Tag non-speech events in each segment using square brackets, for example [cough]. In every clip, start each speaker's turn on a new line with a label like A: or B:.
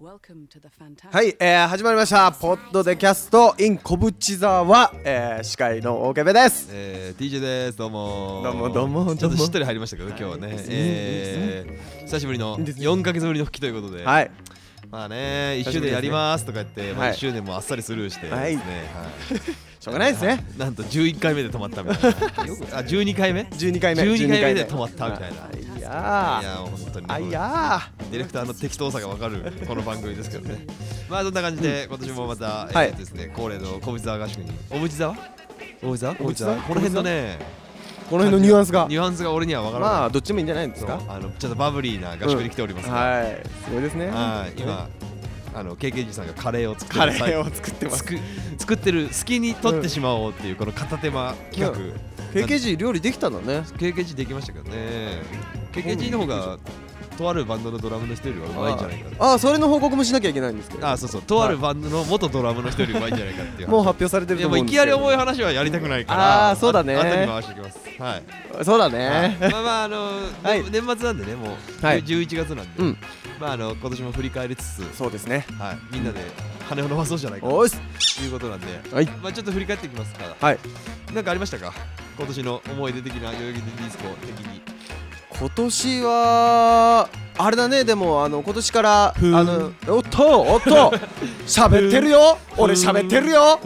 A: Welcome to the fantastic.
B: はい、えー、始まりました。ポッドでキャスト in 小淵沢、えー、司会の大ケ部です。
C: えー、DJ ですどうもー
B: どうもどうも
C: ち
B: ど
C: ょっ
B: う
C: と
B: も
C: しっとり入りましたけど、今日はね、えー、久しぶりの
B: ですね
C: 4か月ぶりの復帰ということで、
B: はい、
C: まあね1周年やりますとか言って、ま
B: は
C: あ、
B: い
C: 1周年もあっさりスルーしてですね、
B: は
C: はいい
B: しょうがないですね。
C: なんと11回目で止まったみたいなよくあ12回目
B: 12回目。
C: 12回目で止まったみたいな、
B: い
C: い
B: や
C: やもう本当に
B: ー、あい
C: ね
B: や
C: ディレクターの適当さがわかるこの番組ですけどねまあそんな感じで今年もまた、えー
B: はい
C: ですね恒例の小淵沢合宿に小淵沢小淵沢小淵沢
B: 小淵沢
C: この辺のね
B: ー、この辺のニュアンスが
C: [laughs] ニ、ュアンスが俺にはわからない、
B: まあどっちもいいんじゃないですか。
C: あのちょっとバブリーな合宿に来ております、は
B: はい、すごいですね。
C: い、今あの KKG さんがカレーを作って
B: カ
C: る
B: レーを作ってます
C: つ。く作ってる隙に取ってしまおうっていうこの片手間企画、
B: KKG 料理できたんだね。
C: KKG できましたけどね KKG の方がとあるバンドのドラムの人よりはうまいんじゃないかな
B: あー、それの報告もしなきゃいけないんですけど。
C: あそうそうとあるバンドの元ドラムの人よりうまいんじゃないかっていう
B: もう発表されてる
C: い
B: と
C: や
B: 思う
C: もうい
B: んです
C: き
B: け
C: な
B: ど。
C: り重い話はやりたくないから
B: あーそうだね
C: 後に回してきますはい
B: そうだ
C: はい
B: ね。
C: まあまああの、
B: はい
C: ね年末なんでねもう、
B: はい
C: 11月なんで、
B: うん
C: まああの今年も振り返りつつ、
B: そうですね。
C: はい、みんなで羽を伸ばそうじゃないかと
B: おーし、
C: いうことなんで、
B: はい
C: まあちょっと振り返っていきますから、
B: はい。
C: なんかありましたか今年の思い出的な代々木ディスコ的に
B: 今年はあれだねでもあの今年からあ
C: ーん
B: のおっとおっと
C: [laughs]
B: 喋ってるよ俺喋ってるよ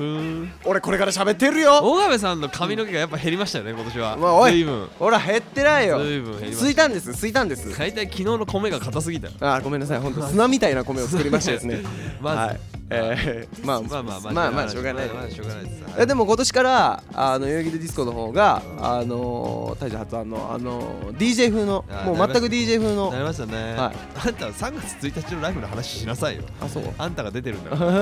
B: 俺これから喋ってるよ
C: 大亀さんの髪の毛がやっぱ減りましたよね今年は、
B: まあおい
C: 随分
B: ほら減ってないよ
C: 随分減りました
B: すいたんですすいたんです
C: 大体昨日の米が硬すぎたよ
B: あーごめんなさい本当砂みたいな米を作りましたです
C: [laughs]
B: ね
C: まず、
B: はいえ [laughs] ー、まあ
C: まあまあまあ
B: まあまあしょうがない
C: まあまあしょうがないです
B: えでも今年からあの代々木でディスコの方があのー大将発案のあのー DJ 風の
C: あー
B: もう
C: な
B: 全
C: ります
B: く DJ 風の
C: なりましたね、
B: はい
C: あんた3月1日のライブの話しなさいよ
B: あそう
C: あんたが出てるんだ
B: [laughs]
C: からあん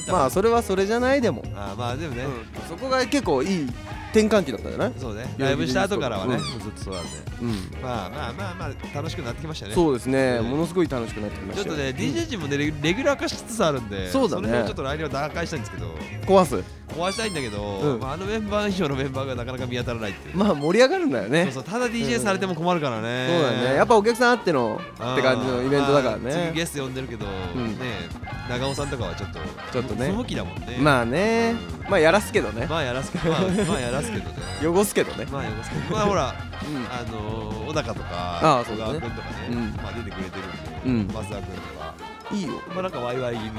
C: た
B: ま
C: が
B: あそれはそれじゃないでも、
C: あーまあでもね、
B: そこが結構いい転換期だったんじゃない
C: そうね
B: 代
C: ライ
B: 々木
C: ブした後からはね、
B: うん
C: もうずっとそうなんで
B: うん
C: まあまあまあまあ楽しくなってきましたね
B: そうですね、
C: うん
B: ものすごい楽しくなってきま
C: ちょ
B: し
C: った
B: よ
C: とね、DJ 陣もねレギュレギュラー化しつつあるんで
B: そうだね
C: の辺をちょっと来年は打開したいんですけど
B: 壊す
C: 壊したいんだけど、
B: うん
C: まあ、あのメンバー以上のメンバーがなかなか見当たらないっていう、
B: まあ盛り上がるんだよね
C: そうそうただ DJ されても困るからね、
B: そうだよねやっぱお客さんあってのって感じのイベントだから
C: あー次
B: ね
C: ゲスト呼んでるけど、
B: ん
C: ね長尾さんとかはちょっと
B: ちょっとね
C: 不向きだもんね
B: まあね
C: うん
B: まあやらすけどね
C: [laughs] まあやらすけどまあまあやらすけどね
B: 汚すけどね
C: まあ汚すけどまあほら
B: うん
C: あのー、小高と
B: あ
C: か
B: ーそう
C: 小
B: だ
C: 川
B: ね
C: 君とかね
B: うん
C: まあ出てくれて
B: う
C: る
B: ん
C: んで、松田君とか
B: いいよ
C: まあなんかワイワイ気
B: ん
C: 味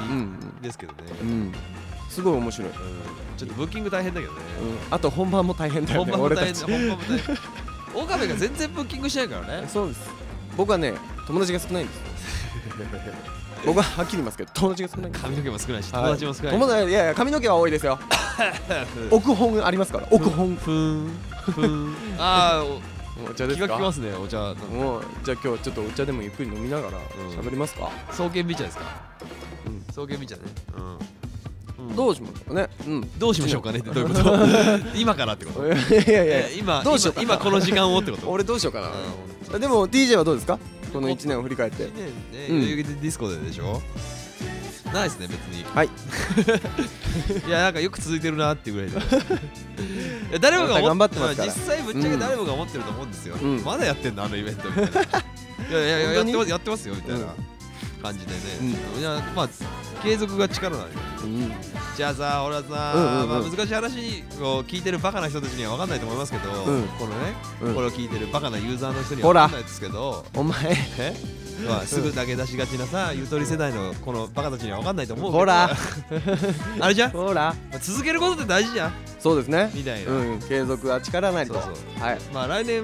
C: ですけどね、
B: う
C: うん
B: んすごい面白い、うん、
C: ちょっとブッキング大変だけどね、
B: あと本番も大変だよ
C: 本
B: ね
C: 番も
B: 俺
C: 大
B: た
C: 変
B: ち
C: だ本番も大変岡部が全然ブッキングしないからね
B: そうです僕はね友達が少
C: [laughs]
B: ないんです僕ははっきり言いますけど友達が少ないんです
C: 髪の毛も少ないし、
B: はい
C: 友達も少ないし
B: 友達いやいや髪の毛は多い [laughs] ですよ奥本ありますから奥本
C: ふーんふーん [laughs] あ
B: お
C: あ
B: 茶
C: 気が利きますねお茶
B: もうじゃあ今日ちょっとお茶でもゆっくり飲みながら
C: ん
B: 喋りますか、
C: 双剣美茶ですか
B: うん
C: 双剣美茶ねうん
B: どうしましょうかねうん
C: どうしましょうかねってどういうこと
B: [laughs]
C: 今からってこと
B: いやいやいや
C: え今
B: どうしようかな
C: 今今この時間をってこと
B: 俺どうしようか
C: あ
B: な、
C: ー
B: でも DJ はどうですかこの1年を振り返って
C: 1年ね、
B: うん
C: 代々木でディスコででしょないですね別に
B: はい
C: [laughs] いやなんかよく続いてるなっていうぐらいで
B: [laughs]
C: いや誰もが思
B: 頑張ってますから
C: あ実際ぶっちゃけ誰もが思ってると思うんですよ、
B: うん
C: まだやってんのあのイベン
B: [laughs]
C: トみたいないやいやいや
B: 本
C: や
B: 当に
C: ってますやってますよみたいな感じでね、いやまあ継続が力なのよ
B: うん
C: じゃあさ俺はさ、
B: うんうんうん
C: まあ、難しい話を聞いてるバカな人たちには分かんないと思いますけど、
B: うん
C: このね、
B: うん
C: これを聞いてるバカなユーザーの人には分かんないですけど
B: お前
C: えまあ、すぐ投げ出しがちなさ、ゆとり世代のこのバカたちには分かんないと思うけど
B: ほら
C: [laughs] あれじゃん、ま
B: ほら
C: あ続けることって大事じゃん
B: そうですね
C: みたいな、
B: うん継続は力なりと
C: そうそ
B: はい
C: まあ来年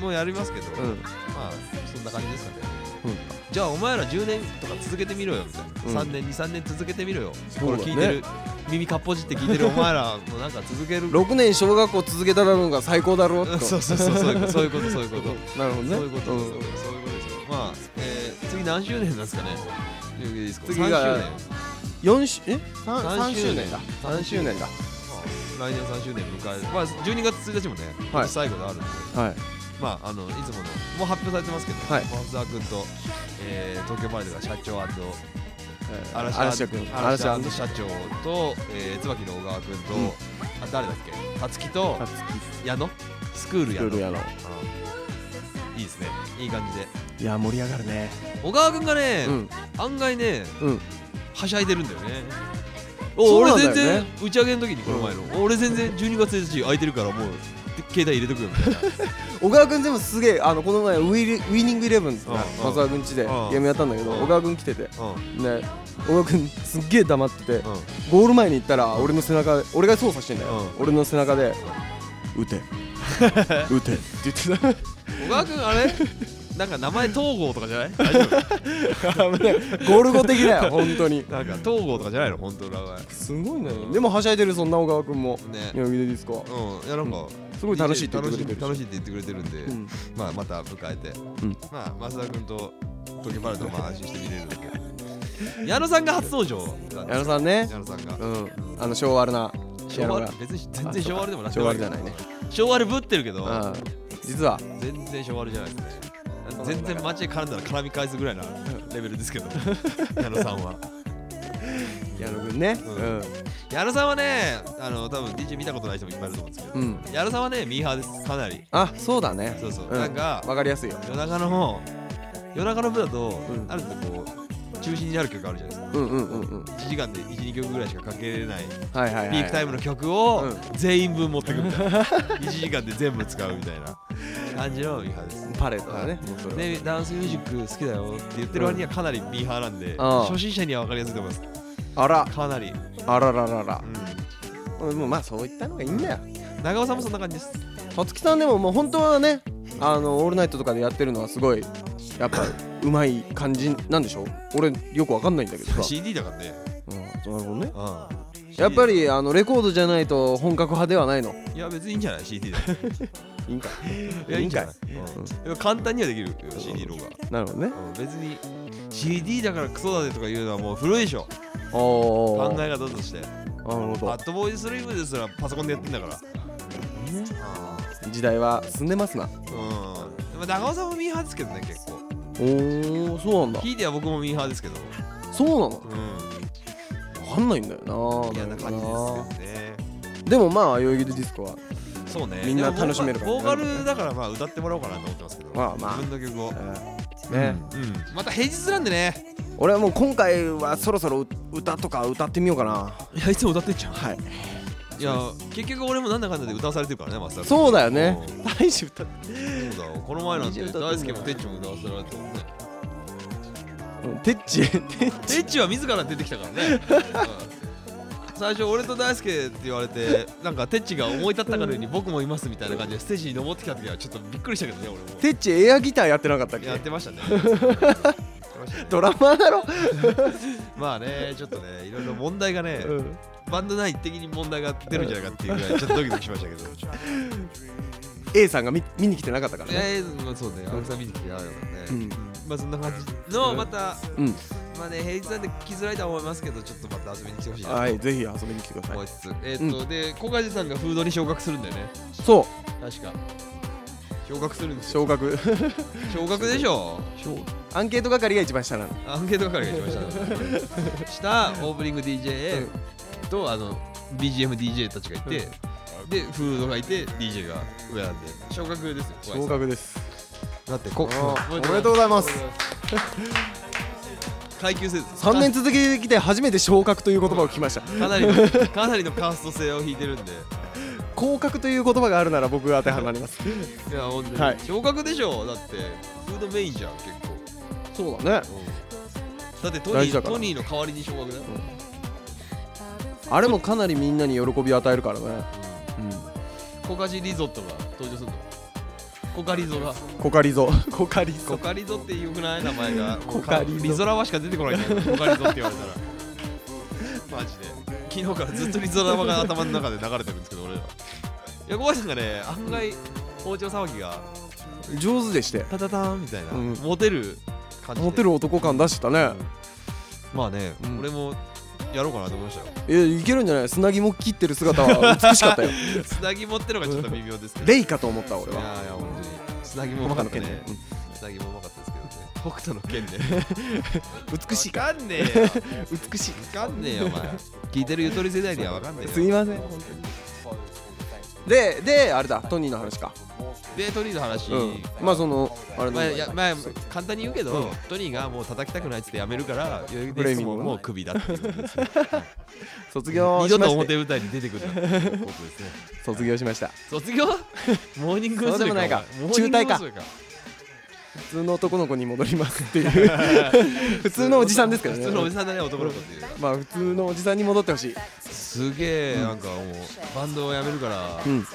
C: もやりますけど、
B: うん
C: まあそんな感じですかね
B: うん
C: じゃあお前ら10年とか続けてみろよみたいな、
B: うん
C: 3年23年続けてみろよ
B: う
C: こ
B: だね
C: れ聞いてる耳かっぽじって聞いてるお前らもなんか続ける
B: 6年小学校続けたのが最高だろう
C: うん
B: と
C: そうそうそうそういうことそういうことそういうこと
B: なるほどね
C: そういうこと
B: う
C: です、
B: ん
C: そういうことですよまあ、えー、次何周年なんですかね代々木ディスコ
B: 次が
C: 3周年
B: 4しえ三
C: 三
B: 3周年だ3
C: 三
B: 周
C: 周
B: 年
C: 年
B: だ
C: 来年3周年迎える、まあ、12月1日もね、
B: はい
C: 最後であるんで、
B: はい
C: まあ、あのいつもの、もう発表されてますけど、
B: はい
C: 松沢君と、えー、東京パレードが社長
B: えー
C: 嵐
B: 嵐谷君
C: 嵐
B: 嵐
C: 社長と、えー、椿の小川君と、
B: うん
C: あ誰だっけ、たつきと
B: あ月
C: 矢野、スクール
B: い
C: 矢
B: ろいろ
C: 野。
B: やろう
C: あのいいですね。いい感じで
B: いや盛り上がるね
C: 小川君がね、
B: うん
C: 案外ね
B: うん
C: はしゃいでるんだよね
B: そう
C: 俺
B: なんだよ
C: 全
B: ね
C: 然打ち上げの時にこの前の、俺全然12月1日空いてるからもう携帯入れとくよみたいな
B: 小川君でもすげえあのこの前ウィリウィニングイレブンズが
C: うん
B: 松田君家でゲ
C: うん
B: ームやったんだけど
C: うん
B: 小川君来ててね
C: うん
B: 小川君すっげえ黙ってて
C: うん
B: ゴール前に行ったら俺の背中俺が操作してんだよ
C: う
B: 俺の背中で「 [laughs] 打て打て」って言って
C: 小川君あれなんか名前東郷とかじゃない大丈
B: た危ないゴール後的だ [laughs] よ本当に
C: 夫なんか東郷とかじゃないの本当の名前
B: すごいねでもはしゃいでるそんな小川君も
C: ね
B: 宮城でディスコ
C: うんいやなんか、
B: すごい楽しいって言
C: 楽
B: って
C: しい
B: くれてる
C: 楽
B: し
C: しいって言ってくれてるんで、
B: うん
C: まあまた迎えて、
B: ん
C: まあ増田君と時原とまあ安心して見れるんだけど矢野さんが初登場なんで
B: 矢野さんね
C: 矢野さんが、
B: うんあの昭和あるな
C: 昭
B: 矢
C: 和
B: 野が
C: 別に全然昭和でもなくて
B: 昭和じゃないね
C: 昭和でぶってるけど、
B: うん実は
C: 全然昭和じゃないですね全然街で絡んだら絡み返すぐらいなレベルです
B: [laughs]
C: けど矢野さんは
B: 矢野君ね
C: うん矢野さんはねあの多分 DJ 見たことない人もいっぱいいると思うんですけど、
B: うん
C: 矢野さんはねミーハーですかなり
B: あそうだね
C: そうそう、
B: ん
C: なんか
B: わかりやすいよ
C: 夜中の方夜中の部だと、
B: うん
C: ある程度こう中心になる曲あるじゃないですか
B: うんうんうんうん
C: 1時間で12曲ぐらいしかかけれない
B: はいはいはい
C: ピークタイムの曲を
B: うん
C: 全員分持ってくみたいな1時間で全部使うみたいな感じのミーハーです
B: パレードだねもうそれは
C: ね、ダンスミュージック好きだよって言ってる割にはかなりミーハーなんで、
B: ああ
C: 初心者には分かりやすいと思いま
B: あら
C: すかなり、うん、
B: あららららうんもうまあそういったのがいいんだよ
C: 長尾さんもそんな感じです
B: さつきさんでももう本当はねあのオールナイトとかでやってるのはすごいやっ [laughs] ぱうまい感じなんでしょ俺よくわかんないんだけどさ
C: CD だからね、
B: うんなるほどね
C: うん、
B: やっぱりあのレコードじゃないと本格派ではないの
C: いや別にいいんじゃない CD だ
B: [laughs] いいんか
C: [laughs] いやいいんじゃない、うん簡単にはできるよ CD の方が、
B: なるほどね
C: うん、別に CD だからクソだねとか言うのはもう古いでしょ
B: お
C: 考
B: ー
C: え方として
B: なるほ
C: バッドボーイスリームですらパソコンでやってんだから
B: ど時代は進んでますな
C: うん、まあ、長尾さんもミーハーですけどね結構
B: おーそうなんだ
C: 聞いては僕もミーハーですけど
B: そうなの
C: うん
B: わかんないんだよな
C: 嫌な感じですけどね
B: でもまあ代々木でディスコは
C: そうね
B: みんな
C: でも
B: 楽しめるから
C: ボーカルボーカルだからまあ歌ってもらおうかなと思ってますけど、
B: まあまあ
C: 自分の曲を、
B: ね、
C: うん、また平日なんでね
B: 俺はもう今回はそろそろう歌とか歌ってみようかない
C: やいつも歌ってんじゃん
B: はい
C: いや結局俺もなんだかんだで歌わされてるからねマスター
B: そうだよね
C: うん
B: 大志歌って
C: そうだこの前なんて
B: 二重
C: 大
B: 歌ってんだ
C: 輔もてっちも歌わせられてたもんね
B: うんてっちてっち
C: てっちは自ら出てきたからね、うん最初俺と大輔って言われてなんかてっちが思い立ったかのように僕もいますみたいな感じでステージに登ってきた時はちょっとびっくりしたけどね俺も
B: てっちエアギターやってなかったっ
C: やっ
B: け
C: て
B: [laughs]
C: ましたねやってましたね
B: ドラマーだろ、
C: まあねちょっとねいろいろ問題がね、
B: うん、
C: バンド内的に問題が出るんじゃないかっていうぐ [laughs] らいちょっとドキドキしましたけど
B: A さんが見見に来てなかったからね、
C: えー、まあそうね青木さん見に来てやらなかった
B: う
C: ね、
B: ん
C: まあそんな感じのまた
B: うん、
C: まあね平日なんで来づらいとは思いますけどちょっとまた遊びに来てほしいな
B: は
C: と
B: いぜひ遊びに来てくださ
C: 思い
B: い
C: つつ、えっ、と、で小梶さんがフードに昇格するんだよね
B: そう
C: 確か昇格するんですよ
B: 昇格 [laughs]
C: 昇格でしょ
B: アンケート係が一番下なの
C: アンケート係が来ました、
B: [laughs]
C: ね、したオープニング DJ とあの BGMDJ たちがいて、でフードがいて DJ が上なんで昇格ですよ小梶さん
B: 昇格です
C: だってこ
B: おめでとうございます
C: 階級制度
B: 3年続けてきて初めて昇格という言葉を聞きました
C: かな
B: [laughs]
C: りのかなりのカースト制を引いてるんで
B: 降格という言葉があるなら僕が当てはまります
C: いやほんとに、
B: はい
C: 昇格でしょだってフードメインじゃん結構、
B: そうだね
C: だってト
B: 大
C: ニ
B: 事だ
C: ー
B: から
C: トニーの代わりに昇格だよ、
B: あれもかなりみんなに喜びを与えるからね
C: コカジリゾットが登場するのコカリゾが
B: コカリゾコカリゾ
C: コカリゾってよくない名前がもう
B: コカリゾ
C: リゾラワしか出てこないんだけどコカリゾって言われたらマジで昨日からずっとリゾラワが頭の中で流れてるんですけど俺らいや小林さんがね案外包丁さばきが
B: 上手でして
C: タタタンみたいな、
B: うん
C: モテる感じで
B: モテる男感出してたね
C: まあね、
B: うん
C: 俺もやろうかなと思いましたよ
B: えいけるんじゃない砂肝切ってる姿は美しかった
C: [laughs]
B: よ
C: つなぎ持ってのがちょっと微妙ですけどい
B: レイかと思った俺は
C: やいや本当につなぎもうま
B: 馬
C: か
B: 鹿の
C: っ
B: 剣
C: たね
B: ね
C: つなぎもうまかったですけど [laughs] ね北斗の剣で
B: うん美しいか
C: わかんねえよ
B: 美しい
C: わかんねえよお前聞いてるゆとり世代にはわかんねえよ
B: すみませんでであれだトニーの話か
C: でトニーの話、
B: うん、まあそのあれだ
C: まあ、
B: ね
C: やまあ簡単に言うけど、トニーがもう叩きたくないっつってやめるから、
B: ブレイミング
C: も
B: の
C: もうクビだっていうことで
B: [laughs]
C: すね
B: 卒業
C: 二
B: し
C: 度
B: ま
C: と
B: した
C: 表舞台に出てくるなっていうことですね。
B: 卒業しました
C: 卒業モーニング
B: そうで
C: 娘。
B: もないか
C: お前モーニン
B: 中
C: グ
B: 退か
C: 娘
B: 普通の男の子に戻りますっていう
C: [laughs]
B: 普通のおじさんですけど
C: 普通のお
B: ね
C: じさんだね、男の子っていう。
B: まあ普通のおじさんに戻ってほしい、
C: すげえ、なんかもう、バンドをやめるから、
B: うん、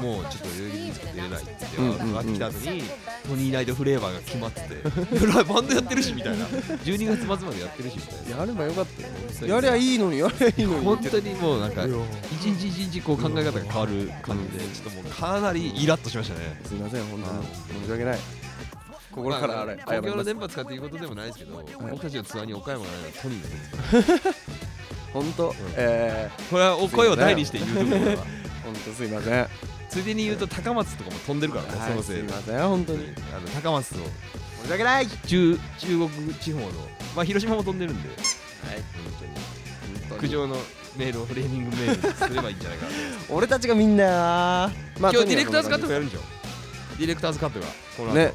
C: もうちょっと代々木にしか出れないって
B: うんうんうん
C: 上がってきた後に、トニーナイトフレーバーが決まってて、 [laughs] うらバンドやってるしみたいな、12月末までやってるしみたいな。
B: やればよかったよ
C: 当に
B: やりゃいいのにやりゃいいのに
C: 本当にもうなんか、一日一日こう考え方が変わる感じで、ちょっともうかなりイラッとしましたね。
B: すみません本
C: あ
B: 当に申し訳ない心からあれ
C: まあ
B: 謝り
C: 公共の
B: ます
C: 電波使っていうことでもないですけど、僕たちのツアーに岡山がないのはトニーのですから
B: 本当え
C: これはお声を大にして言うところだ
B: ー本当すいません
C: [laughs] ついでに言うと高松とかも飛んでるからね、そ
B: はい
C: の
B: す
C: せ
B: い
C: いで
B: ません本当に
C: あの高松の
B: 申し訳ない
C: 中中国地方の、まあ、広島も飛んでるんで
B: 本当
C: 苦
B: に
C: 情のメールをフレーミングメールにすればいいんじゃないかな
B: 俺たちがみんなま
C: 今日ディレクターズカットも
B: ね
C: やるんじゃんディレクターズカットがこの後
B: ね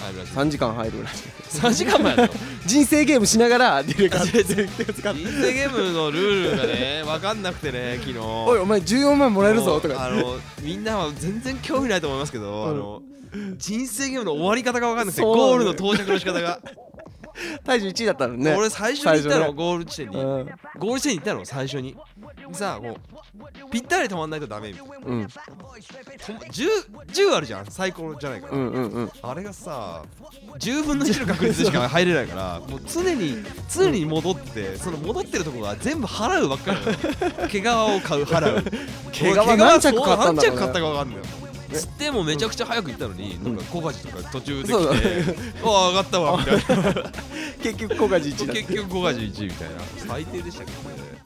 C: あるらしい
B: 3時間入るらしい
C: 3時間もやるの
B: 人生ゲームしながらディレクターズカッ
C: 人
B: ト
C: 生ゲームのルールがね分かんなくて
B: [laughs]
C: ね昨日
B: おいお前14万もらえるぞと
C: あ
B: か
C: のみんなは全然興味ないと思いますけど、あの人生ゲームの終わり方が分かんなくて
B: そう
C: ゴールの到着の仕方が、
B: 体重1位だったのに [laughs] ね
C: 俺最初に行ったの、
B: 最初ね
C: ゴール地点に、
B: うん
C: ゴール地点に行ったの最初にさあもうぴったり止まんないとダメみたいな
B: うん
C: と 10, 10あるじゃん最高じゃないかな、
B: うんうんうん
C: あれがさ10分の1の確率しか入れないからもう常に常に戻ってその戻ってるとこが全部払うばっかりな
B: [laughs]
C: の毛皮を買う払う
B: 毛皮何着買ったんだろうね
C: 何着買ったか分かんないつってもめちゃくちゃ早く行ったのに、なんか小鉢とか途中で来て
B: そうだ
C: 「ああ上がっ
B: [laughs]
C: たわ」みたいな
B: 結局小梶1位だった
C: 結局小鉢1位みたいな最低でしたけどね